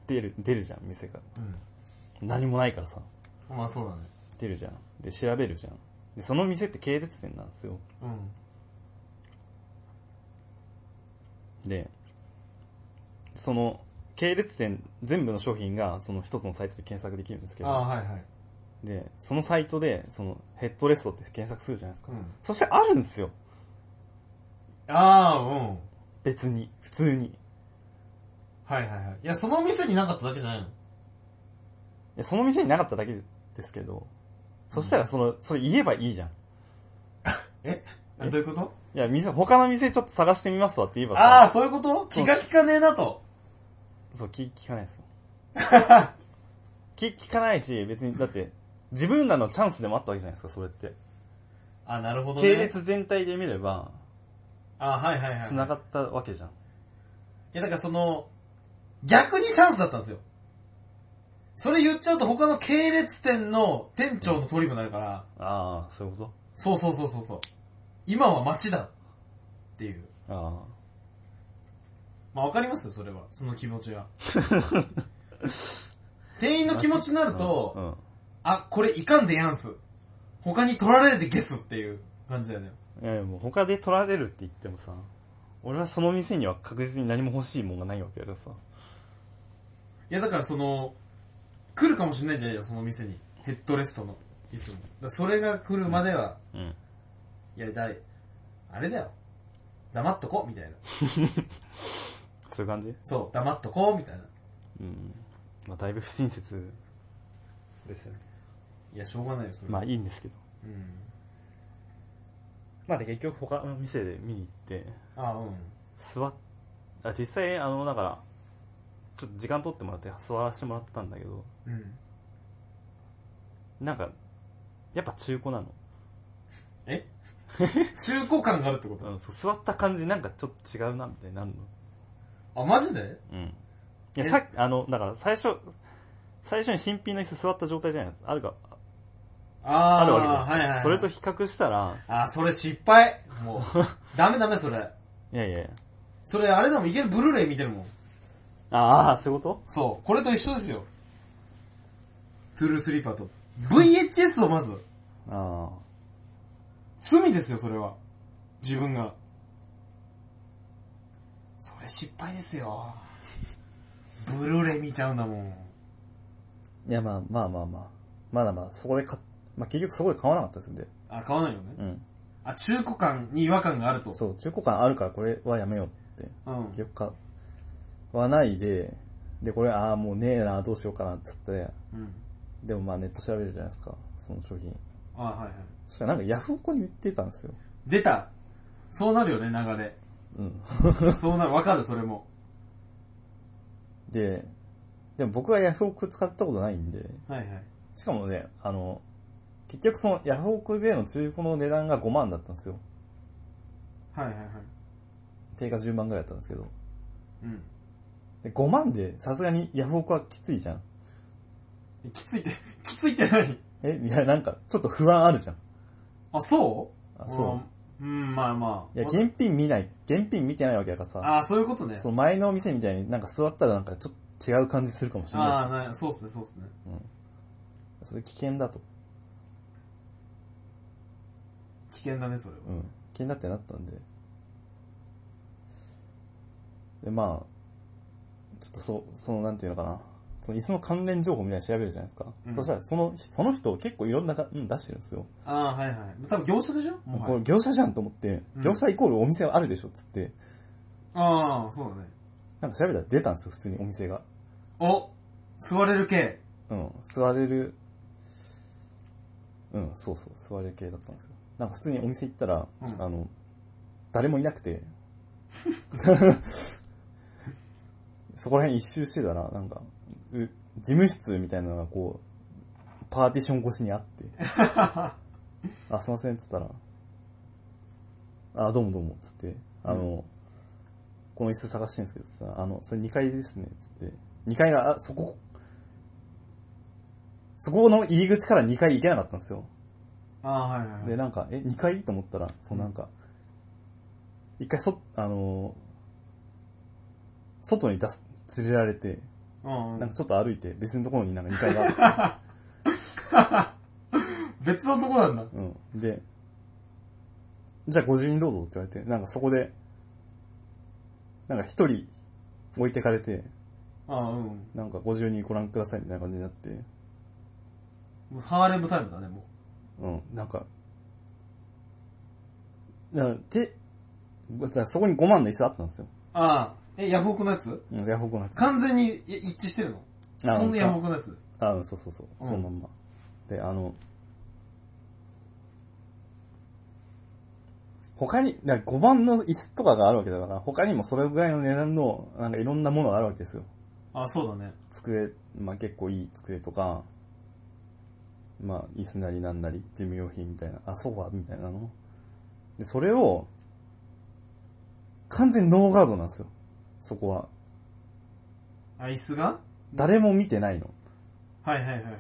Speaker 2: 出る、出るじゃん、店が。何もないからさ、
Speaker 1: まあそうだね。
Speaker 2: 出るじゃん。で、調べるじゃん。で、その店って系列店なんですよ。
Speaker 1: うん。
Speaker 2: で、その、系列店全部の商品が、その一つのサイトで検索できるんですけ
Speaker 1: ああ、
Speaker 2: ど、
Speaker 1: はいはい。
Speaker 2: で、そのサイトで、その、ヘッドレストって検索するじゃないですか。
Speaker 1: うん。
Speaker 2: そしてあるんですよ。
Speaker 1: ああ、うん。
Speaker 2: 別に、普通に。
Speaker 1: はいはいはい。いや、その店になかっただけじゃないの。
Speaker 2: でその店になかっただけですけど、そしたらその、それ言えばいいじゃん。
Speaker 1: え
Speaker 2: え
Speaker 1: どういうこと
Speaker 2: いや、店、他の店ちょっと探してみますわって言えば
Speaker 1: ああ、
Speaker 2: さ、
Speaker 1: そういうこと
Speaker 2: そ
Speaker 1: 気
Speaker 2: う
Speaker 1: が利かねえなと。
Speaker 2: そう、聞聞かないですよ。 聞聞かないし、別に、だって、自分らのチャンスでもあったわけじゃないですか、それって。
Speaker 1: あなるほどね。
Speaker 2: 系列全体で見れば、
Speaker 1: ああ、はいはいはい。
Speaker 2: 繋がったわけじゃん。
Speaker 1: いや、だからその、逆にチャンスだったんですよ。それ言っちゃうと他の系列店の店長の通りにもなるから、
Speaker 2: ああ、そういうこ
Speaker 1: そうそうそうそうそう。今は街だっていう。
Speaker 2: とあ
Speaker 1: まあわかりますよ、それは。その気持ちが。 店員の気持ちにな
Speaker 2: あ。
Speaker 1: ると、
Speaker 2: うん。
Speaker 1: あ、これいかんでやんす。他に取られてゲスっていう感じだよね。
Speaker 2: いやいや、もう他で取られるって言ってもさ、俺はその店には確実に何も欲しいもんがないわけだからさ。
Speaker 1: いや、だからその、来るかもしれないじゃないよ、その店に。ヘッドレストの。いつも。だからそれが来るまでは、
Speaker 2: うん。
Speaker 1: いや、だい、あれだよ。黙っとこう、みたいな。
Speaker 2: そういう感じ
Speaker 1: そう、黙っとこう、みたいな。
Speaker 2: うん。まあ、だいぶ不親切ですよね。
Speaker 1: いや、しょうがないよ、それ。
Speaker 2: まあ、いいんですけど。
Speaker 1: うん。
Speaker 2: まあ、で、結局他の店で見に行って、
Speaker 1: あうん。
Speaker 2: 座っ、あ、実際、あの、だから、ちょっと時間取ってもらって座らせてもらったんだけど、
Speaker 1: うん。
Speaker 2: なんか、やっぱ中古なの。
Speaker 1: え 中古感があるってこ
Speaker 2: う
Speaker 1: と
Speaker 2: ん、そう座った感じなんかちょっと違うな、みたいになるの。
Speaker 1: あ、マジで
Speaker 2: うん。いや、
Speaker 1: え
Speaker 2: さっきあの、だから最初、最初に新品の椅子座った状態じゃないあるか、
Speaker 1: あー
Speaker 2: あるわけじゃないですか。
Speaker 1: はいはいはい、
Speaker 2: それと比較したら、
Speaker 1: あ、それ失敗。もう。ダメダメ、それ。
Speaker 2: いやいやいや
Speaker 1: それ、あれでもいけるブルーレイ見てるもん。
Speaker 2: ああ、そういうこ
Speaker 1: そう。これと一緒ですよ。トゥルースリーパーと。VHS をまず。
Speaker 2: とああ。
Speaker 1: 罪ですよ、それは。自分が。それ失敗ですよ。ブルーレイ見ちゃうんだもん。
Speaker 2: いや、まあまあまあまあ。まだまだ、そこで買っ、まあ結局そこで買わなかったですんで。
Speaker 1: あ、買わないよね。
Speaker 2: うん。
Speaker 1: あ、中古感に違和感があると。
Speaker 2: そう、中古感あるからこれはやめようって。
Speaker 1: うん。
Speaker 2: 結局買わないで、で、これ、ああ、もうねえな、どうしようかな、っつって。
Speaker 1: うん。
Speaker 2: でもまあネット調べるじゃないですか、その商品。
Speaker 1: あ、はいはい。
Speaker 2: そしたらなんかヤフオクに売ってたんですよ。
Speaker 1: 出たそうなるよね、流れ。
Speaker 2: うん。
Speaker 1: そうなる、わかる、それも。
Speaker 2: で、でも僕はヤフオク使ったことないんで、
Speaker 1: はいはい。
Speaker 2: しかもね、あの、結局そのヤフオクでの中古の値段が5万だったんですよ。
Speaker 1: はいはいはい。
Speaker 2: 定価10万ぐらいだったんですけど。
Speaker 1: うん。
Speaker 2: で5万でさすがにヤフオクはきついじゃん。
Speaker 1: えきついって、 きついって何
Speaker 2: え、いやなんかちょっと不安あるじゃん。
Speaker 1: あ、そう。
Speaker 2: あそう
Speaker 1: うん、まあまあ。
Speaker 2: いや、現品見ない、現品見てないわけだからさ、
Speaker 1: あ、そういうことね。
Speaker 2: その前のお店みたいになんか座ったらなんかちょっと違う感じするかもしれ
Speaker 1: あ
Speaker 2: な
Speaker 1: あな、そうっすね、そうっすね。
Speaker 2: いし、それ危険だと。
Speaker 1: 危険だね、それは。
Speaker 2: うん、気になってなったんで。で、まあ、ちょっとそ、その、なんていうのかな。その椅子の関連情報みたいなの調べるじゃないですか。
Speaker 1: うん
Speaker 2: そしたら、その、その人結構いろんなが、うん、出してるんですよ。
Speaker 1: ああー、はいはい。多分業者でしょもは
Speaker 2: こ
Speaker 1: や
Speaker 2: れ業者じゃんと思って、
Speaker 1: うん
Speaker 2: 業者イコールお店はあるでしょっつって、
Speaker 1: ああ、そうだね。
Speaker 2: なんか調べたら出たんですよ、普通にお店が。
Speaker 1: お座れる系。
Speaker 2: うん、座れる、うん、そうそう、座れる系だったんですよ。なんか普通にお店行ったら、
Speaker 1: うん
Speaker 2: あの、誰もいなくて、 そこら辺一周してたら、なんか、う事務室みたいなのがこう、パーティション越しに あって、あ、すいません、っつったら、あ、どうもどうも、っつって、あの、この椅子探してるんですけど、つったらあの、それ2階ですね、つって、2階が、あ、そこ、そこの入り口から2階行けなかったんですよ。
Speaker 1: ああ、はいはいはい。
Speaker 2: で、なんか、え、2階と思ったら、そのなんか、一回そ、あのー外に出す、連れられて、
Speaker 1: うんうん
Speaker 2: なんかちょっと歩いて、別のところになんか2階が あっ
Speaker 1: 別のとこなんだ。
Speaker 2: て、うん。で、じゃあ50人どうぞって言われて、なんかそこで、なんか1人置いてかれて、
Speaker 1: ああ、うん。も
Speaker 2: なんか50人ご覧くださいみたいな感じになって、
Speaker 1: うハーレムタイムだね、も
Speaker 2: うん、なんか、なんかて、だからそこに5万の椅子あったんですよ。
Speaker 1: う。ああ、え、ヤフオクのやつ
Speaker 2: うん、ヤフオクのやつ。
Speaker 1: 完全にい一致してるの
Speaker 2: あ
Speaker 1: そんなヤフオクのやつ。
Speaker 2: あ、うんそうそうそう、
Speaker 1: うん
Speaker 2: そのまんま。で、あの、他に、だ5番の椅子とかがあるわけだから、他にもそれぐらいの値段の、なんかいろんなものがあるわけですよ。
Speaker 1: ああ、そうだね。
Speaker 2: 机、まあ結構いい机とか、まあ椅子なりなんなり、事務用品みたいな、あ、ソファーみたいなの。で、それを、完全にノーガードなんですよ。そこは。
Speaker 1: あ、椅子が
Speaker 2: 誰も見てないの。
Speaker 1: はいはいはいはい。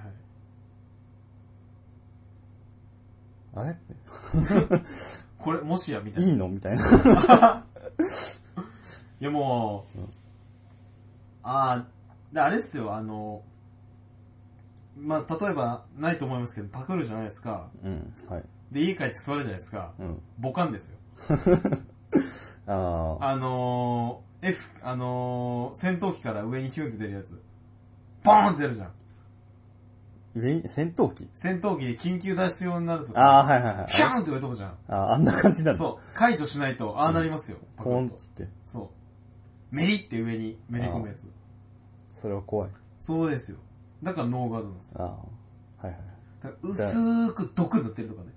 Speaker 2: あれって。
Speaker 1: これ、もしや、みたいな。
Speaker 2: い
Speaker 1: い
Speaker 2: いのみたいな。
Speaker 1: やもう、ああ、であれっすよ、あの、まあ、例えば、ないと思いますけど、パクるじゃないですか。
Speaker 2: うん、はい。
Speaker 1: で、家帰って座るじゃないですか。
Speaker 2: うん。
Speaker 1: ボカンですよ。
Speaker 2: ああ、
Speaker 1: あのー、F、あのー、戦闘機から上にヒュンって出るやつ。ボーンって出るじゃん。
Speaker 2: 上に、戦闘機
Speaker 1: 戦闘機で緊急脱出用になると
Speaker 2: ああ、
Speaker 1: さ、
Speaker 2: はいはいはい
Speaker 1: ピ。ャーンって上飛ぶじゃん。
Speaker 2: ああ、あんな感じなの
Speaker 1: そう。解除しないと、ああなりますよ。パク
Speaker 2: ポーン
Speaker 1: ッ
Speaker 2: っ
Speaker 1: と
Speaker 2: つって。
Speaker 1: そう。メリって上にめり込むやつ。
Speaker 2: それは怖い。
Speaker 1: そうですよ。だからノーガードなんですよ。
Speaker 2: ああ、はいはい。
Speaker 1: だから薄ーく毒塗ってるとかね。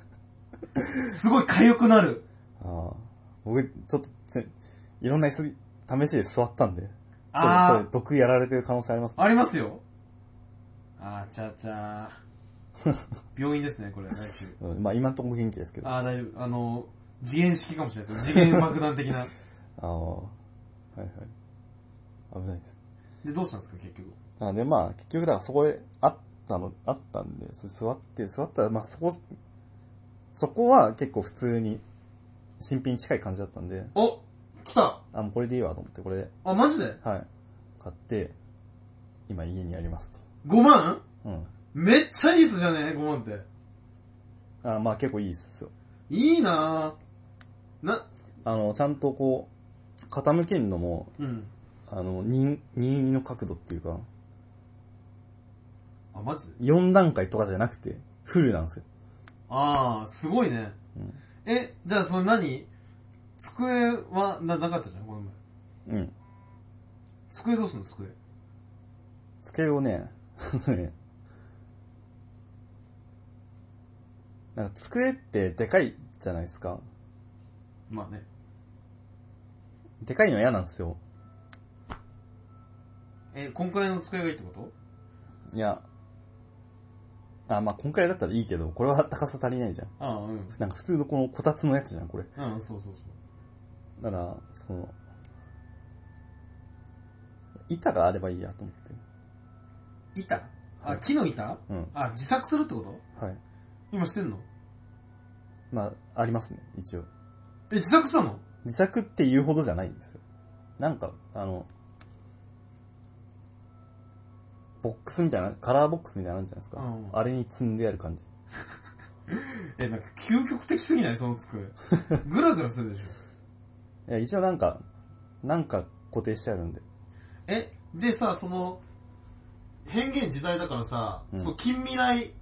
Speaker 1: すごい痒くなる。
Speaker 2: ああ、僕、ちょっとち、いろんな椅子、試しで座ったんで。 そう
Speaker 1: あー
Speaker 2: そう、毒やられてる可能性ありますね。
Speaker 1: ありますよ。あーちゃーちゃー。 病院ですね、これ、来週。
Speaker 2: うん、まあ今んとこ元気ですけど。あ
Speaker 1: ああ、大丈夫。あの、次元式かもしれないです。次元爆弾的な。
Speaker 2: あー、はいはい。危ないです。
Speaker 1: で、どうしたんですか、結局。
Speaker 2: あで、まあ結局だからそこであったの、あったんで、それ座って、座ったら、まあそこ、そこは結構普通に、新品に近い感じだったんで、
Speaker 1: お来た
Speaker 2: あ、もうこれでいいわと思って、これで、
Speaker 1: あ、マジで
Speaker 2: はい。買って、今家にあります
Speaker 1: ?5 万
Speaker 2: と。うん。
Speaker 1: めっちゃいいっすじゃね ?5 万って。
Speaker 2: あまあ結構いいっすよ。
Speaker 1: いいなぁ。な、
Speaker 2: あの、ちゃんとこう、傾けるのも、
Speaker 1: うん。
Speaker 2: あの、任任意の角度っていうか、
Speaker 1: あ、マジ
Speaker 2: 4段階とかじゃなくて、フルなんですよ。
Speaker 1: ああ、すごいね。
Speaker 2: うん
Speaker 1: え、じゃあそれ何机はな、なかったじゃん、この前。
Speaker 2: うん。
Speaker 1: 机どうすんの、机。
Speaker 2: 机をね、 あのねなんか机ってでかいじゃないですか。
Speaker 1: まあね。
Speaker 2: でかいの嫌なんですよ。
Speaker 1: え、こんくらいの机がいいってこと
Speaker 2: いや、あ、まあこんくらいだったらいいけど、これは高さ足りないじゃん。
Speaker 1: ああ、うん。
Speaker 2: なんか普通のこのこたつのやつじゃん、これ。
Speaker 1: うん、そうそうそう。
Speaker 2: だから、その、板があればいいやと思って。
Speaker 1: 板
Speaker 2: は
Speaker 1: あ、
Speaker 2: い
Speaker 1: 木の板
Speaker 2: うん。
Speaker 1: あ、自作するってこと
Speaker 2: はい。
Speaker 1: 今してんの
Speaker 2: まあ、ありますね、一応。
Speaker 1: え、自作したの
Speaker 2: 自作って言うほどじゃないんですよ。なんか、あの、ボックスみたいな、カラーボックスみたいなのあるじゃないですか。
Speaker 1: うん
Speaker 2: あれに積んである感じ。
Speaker 1: え、なんか究極的すぎないその机。グラグラするでしょ。
Speaker 2: いや、一応なんか、なんか固定してあるんで。
Speaker 1: え、でさ、その、変幻自在だからさ、
Speaker 2: うん
Speaker 1: そう、近未来、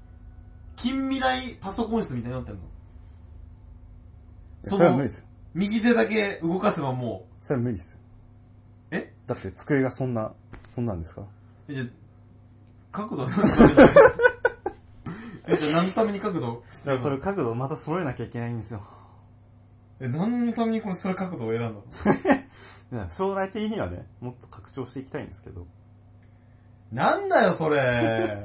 Speaker 1: 近未来パソコン室みたいになってんの
Speaker 2: いや
Speaker 1: その
Speaker 2: それは無理ですよ。
Speaker 1: 右手だけ動かせばも
Speaker 2: それは無理ですよ。
Speaker 1: え
Speaker 2: だって机がそんな、そんなんですか
Speaker 1: う、えじゃあ、角度は何のため だよえ、じゃあ何のために角度必要なの
Speaker 2: 角度をまた揃えなきゃいけないんですよ。
Speaker 1: え、何のためにこれそれ角度を選んだの
Speaker 2: 将来的にはね、もっと拡張していきたいんですけど。
Speaker 1: なんだよ、それ。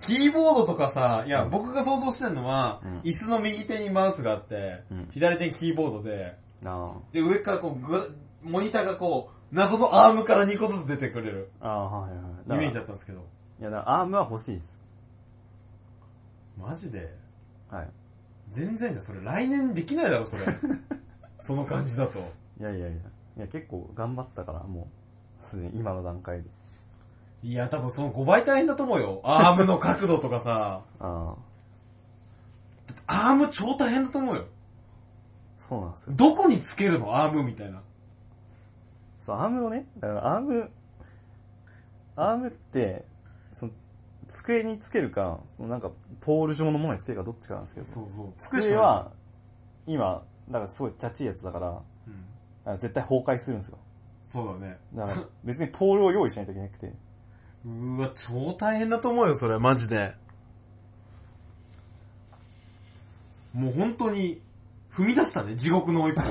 Speaker 1: キーボードとかさ、いや、僕が想像してるのは、
Speaker 2: うん
Speaker 1: 椅子の右手にマウスがあって、
Speaker 2: うん
Speaker 1: 左手にキーボードで、
Speaker 2: あ
Speaker 1: で、上からこう、ぐ、モニターがこう、謎のアームから2個ずつ出てくれる
Speaker 2: あ、ああ、はいはいはい。
Speaker 1: イメージだったんですけど。
Speaker 2: いや、だからアームは欲しいです。
Speaker 1: マジで
Speaker 2: はい。
Speaker 1: 全然じゃん、それ来年できないだろ、それ。その感じだと。
Speaker 2: いやいやいや、いや結構頑張ったから、もう、すでに今の段階で。
Speaker 1: いや、多分その5倍大変だと思うよ。アームの角度とかさ、
Speaker 2: ああ、
Speaker 1: アーム超大変だと思うよ。
Speaker 2: そうなんですよ。
Speaker 1: どこにつけるのアームみたいな。
Speaker 2: そう、アームをね、だからアーム、アームって、その、机につけるか、そのなんか、ポール状のものにつけるかどっちかなんですけど、
Speaker 1: うそう。つくし
Speaker 2: 机
Speaker 1: か
Speaker 2: は、今、だからすごいチャッチいやつだから、
Speaker 1: ない、うん
Speaker 2: あ絶対崩壊するんですよ。
Speaker 1: そうだね。
Speaker 2: だから、別にポールを用意しないといけなくて、
Speaker 1: うーわ、超大変だと思うよ、それ、マジで。もう本当に、踏み出したね、地獄の一歩。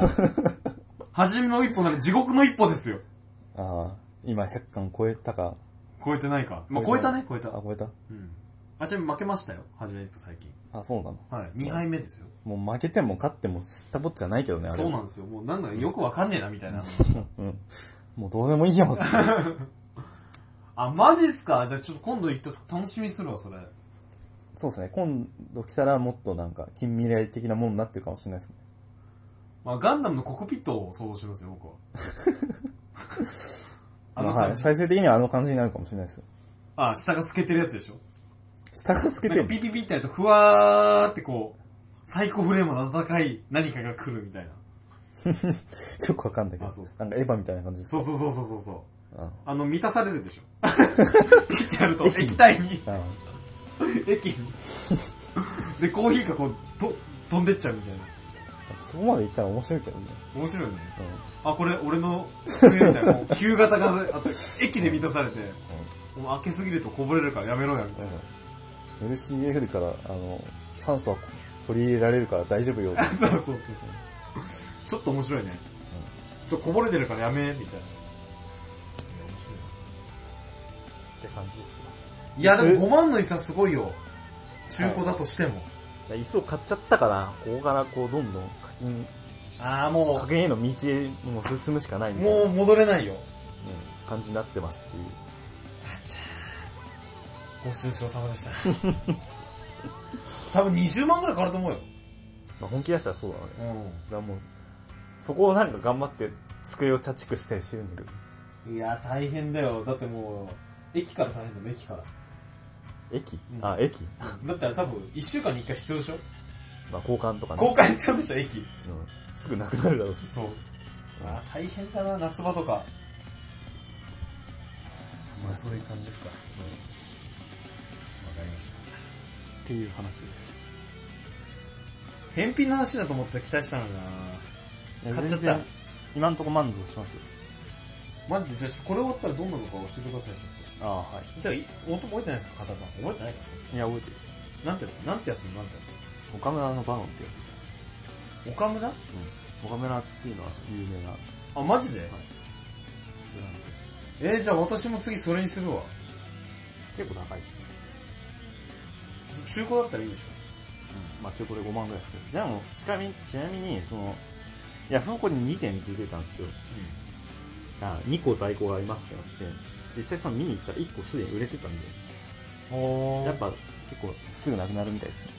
Speaker 1: 初めの一歩なら地獄の一歩ですよ。
Speaker 2: ああ、今100巻超えたか、
Speaker 1: 超えてないか。まあ、超えたね、超えた。
Speaker 2: あ、超えた
Speaker 1: うん。あ、ちなみに負けましたよ、初めの一歩最近。
Speaker 2: あ、そうなの。
Speaker 1: はい、2杯目ですよ。
Speaker 2: もう負けても勝っても知ったこっちゃないけどね、あれ。
Speaker 1: そうなんですよ。もうなんかよくわかんねえな、みたいな。
Speaker 2: うん。もうどうでもいいよ って。
Speaker 1: あ、マジっすかじゃあちょっと今度行ったと楽しみにするわ、それ。
Speaker 2: そうですね。今度来たらもっとなんか近未来的なものになってるかもしれないですね。
Speaker 1: まあ、ガンダムのコクピットを想像しますよ、 僕は。あの
Speaker 2: まあは
Speaker 1: 感
Speaker 2: い。
Speaker 1: じ。
Speaker 2: 最終的にはあの感じになるかもしれないですよ。
Speaker 1: あ、下が透けてるやつでしょ。
Speaker 2: 下が透け
Speaker 1: な
Speaker 2: て
Speaker 1: んか
Speaker 2: る
Speaker 1: ピ。ピピってやると、ふわーってこう、サイコフレームの暖かい何かが来るみたいな。
Speaker 2: よくわかんないけど。
Speaker 1: あそうそう
Speaker 2: なんかエヴァみたいな感じです。
Speaker 1: そうそうそうそうそうそう。
Speaker 2: あ
Speaker 1: あの、満たされるでしょ。ピッてやると、液体に、
Speaker 2: あ
Speaker 1: 液に。で、コーヒーがこう、と、飛んでっちゃうみたいな。
Speaker 2: そこまでいったら面白いけどね。
Speaker 1: 面白いね。
Speaker 2: うん。
Speaker 1: あ、これ俺の机みたいな、こう、旧型が、あと、液で満たされて、もう開けすぎるとこぼれるからやめろや、みたいな。
Speaker 2: うん。LCF から、あの、酸素は取り入れられるから大丈夫よ。
Speaker 1: そうそうそう。ちょっと面白いね。ちょっとこぼれてるからやめ、みたいな。
Speaker 2: って感じですよ
Speaker 1: いや、
Speaker 2: そ
Speaker 1: で
Speaker 2: れ
Speaker 1: も5万の椅子はすごいよ。中古だとしても。
Speaker 2: いや。椅子を買っちゃったから、ここからこうどんどん課金、
Speaker 1: ああ、
Speaker 2: 課
Speaker 1: も
Speaker 2: 金への道へもう進むしかないみ
Speaker 1: う、
Speaker 2: たい
Speaker 1: も
Speaker 2: な、
Speaker 1: う戻れないよ。
Speaker 2: うん感じになってますっていう。
Speaker 1: ご愁傷様でした。 多分20万くらい変わると思うよ。
Speaker 2: まあ、本気出したらそうだね。
Speaker 1: う
Speaker 2: だからもう、そこをなんか頑張って机をチャチクしたりしてるんだけど。
Speaker 1: ん。いや、大変だよ。だってもう、駅から大変だもん、駅から。
Speaker 3: 駅
Speaker 1: うん
Speaker 3: あ、駅。
Speaker 1: だったら多分、一週間に一回必要でしょ
Speaker 3: まあ、交換とかね。
Speaker 1: 公開必要でしょ、駅。
Speaker 3: うん。すぐなくなるだろうし。
Speaker 1: そう。あー大変だな、夏場とか。まあ、そういう感じですか。うん。わかりました。
Speaker 2: ていう話で
Speaker 1: 返品の話だと思って期待したのにな
Speaker 2: す。
Speaker 1: 買っちゃった
Speaker 2: いや。全然今んとこ満足してますよ。
Speaker 1: マジで、じゃあこれ終わったらどんなのか教えてください、ち
Speaker 2: ああ、はい。
Speaker 1: ょっと。じゃあ、音覚えてないですか、型番。覚えてないか、さすが
Speaker 2: いや、覚えてる。
Speaker 1: になんてやつなんてやつなんてや
Speaker 2: 岡村のバロンってや
Speaker 1: つ岡村
Speaker 2: つ。岡村っていうのは有名な
Speaker 1: あ、マジで
Speaker 2: 人なんです
Speaker 1: えー、じゃあ私も次それにするわ。
Speaker 2: けど、結構高いですね。
Speaker 1: 中古だったらいいでし
Speaker 2: うん。まあ、中古で5万ぐらいですけど。じゃあもう、ちなみに、ちなみに、その、ヤフオクに2点ついてたんですよ。あ、2個在庫がありますってなって、実際その見に行ったら1個すでに売れてたんで、
Speaker 1: ょ。お
Speaker 2: やっぱ結構すぐなくなるみたいですね。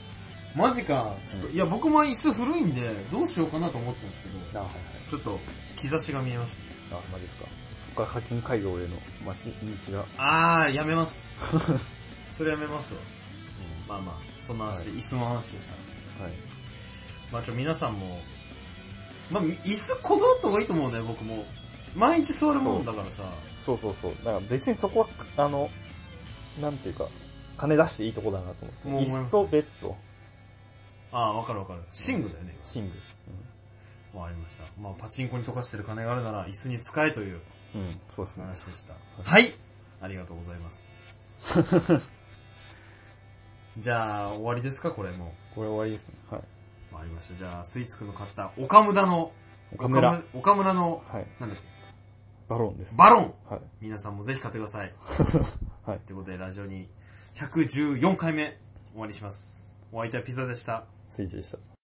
Speaker 1: マジか。ちょっと、いや、僕も椅子古いんで、どうしようかなと思ってたんですけど、
Speaker 2: あ、はいはい。
Speaker 1: ちょっと、兆しが見えます。
Speaker 2: あ、マジですか。そこから課金街道への街、道が。
Speaker 1: あー、やめます。 それやめますわ。まあまあ、そんな話、椅子の話でした。
Speaker 2: はい。
Speaker 1: まあちょ、皆さんも、まあ、椅子こだわった方がいいと思うね、僕も。毎日座るもんだからさ。
Speaker 3: そうそうそう。だから別にそこは、あの、なんていうか、金出していいとこだなと
Speaker 1: も
Speaker 3: 思
Speaker 1: う
Speaker 3: って。椅
Speaker 1: 思い
Speaker 3: 子
Speaker 1: ますね
Speaker 3: とベッド、
Speaker 1: ああ、わかるわかる。寝具だよね。
Speaker 3: 寝具。
Speaker 1: わかりました。まあ、パチンコに溶かしてる金があるなら椅子に使えという
Speaker 3: うん。うん、そうですね。
Speaker 1: 話でした。はいありがとうございます。 じゃあ、終わりですか、これも
Speaker 3: これ終わりですね。はい。
Speaker 1: う。わかりました。じゃあ、スイーツくんの買った岡村の、
Speaker 3: 岡村。は。
Speaker 1: 岡村の、
Speaker 3: い。
Speaker 1: なんだっけ、
Speaker 3: バロンです。
Speaker 1: バロン
Speaker 3: はい。
Speaker 1: 皆さんもぜひ買ってください。
Speaker 3: はい
Speaker 1: ということで、ラジオに114回目終わりします。お相手はピザでした。
Speaker 3: スイッチでした。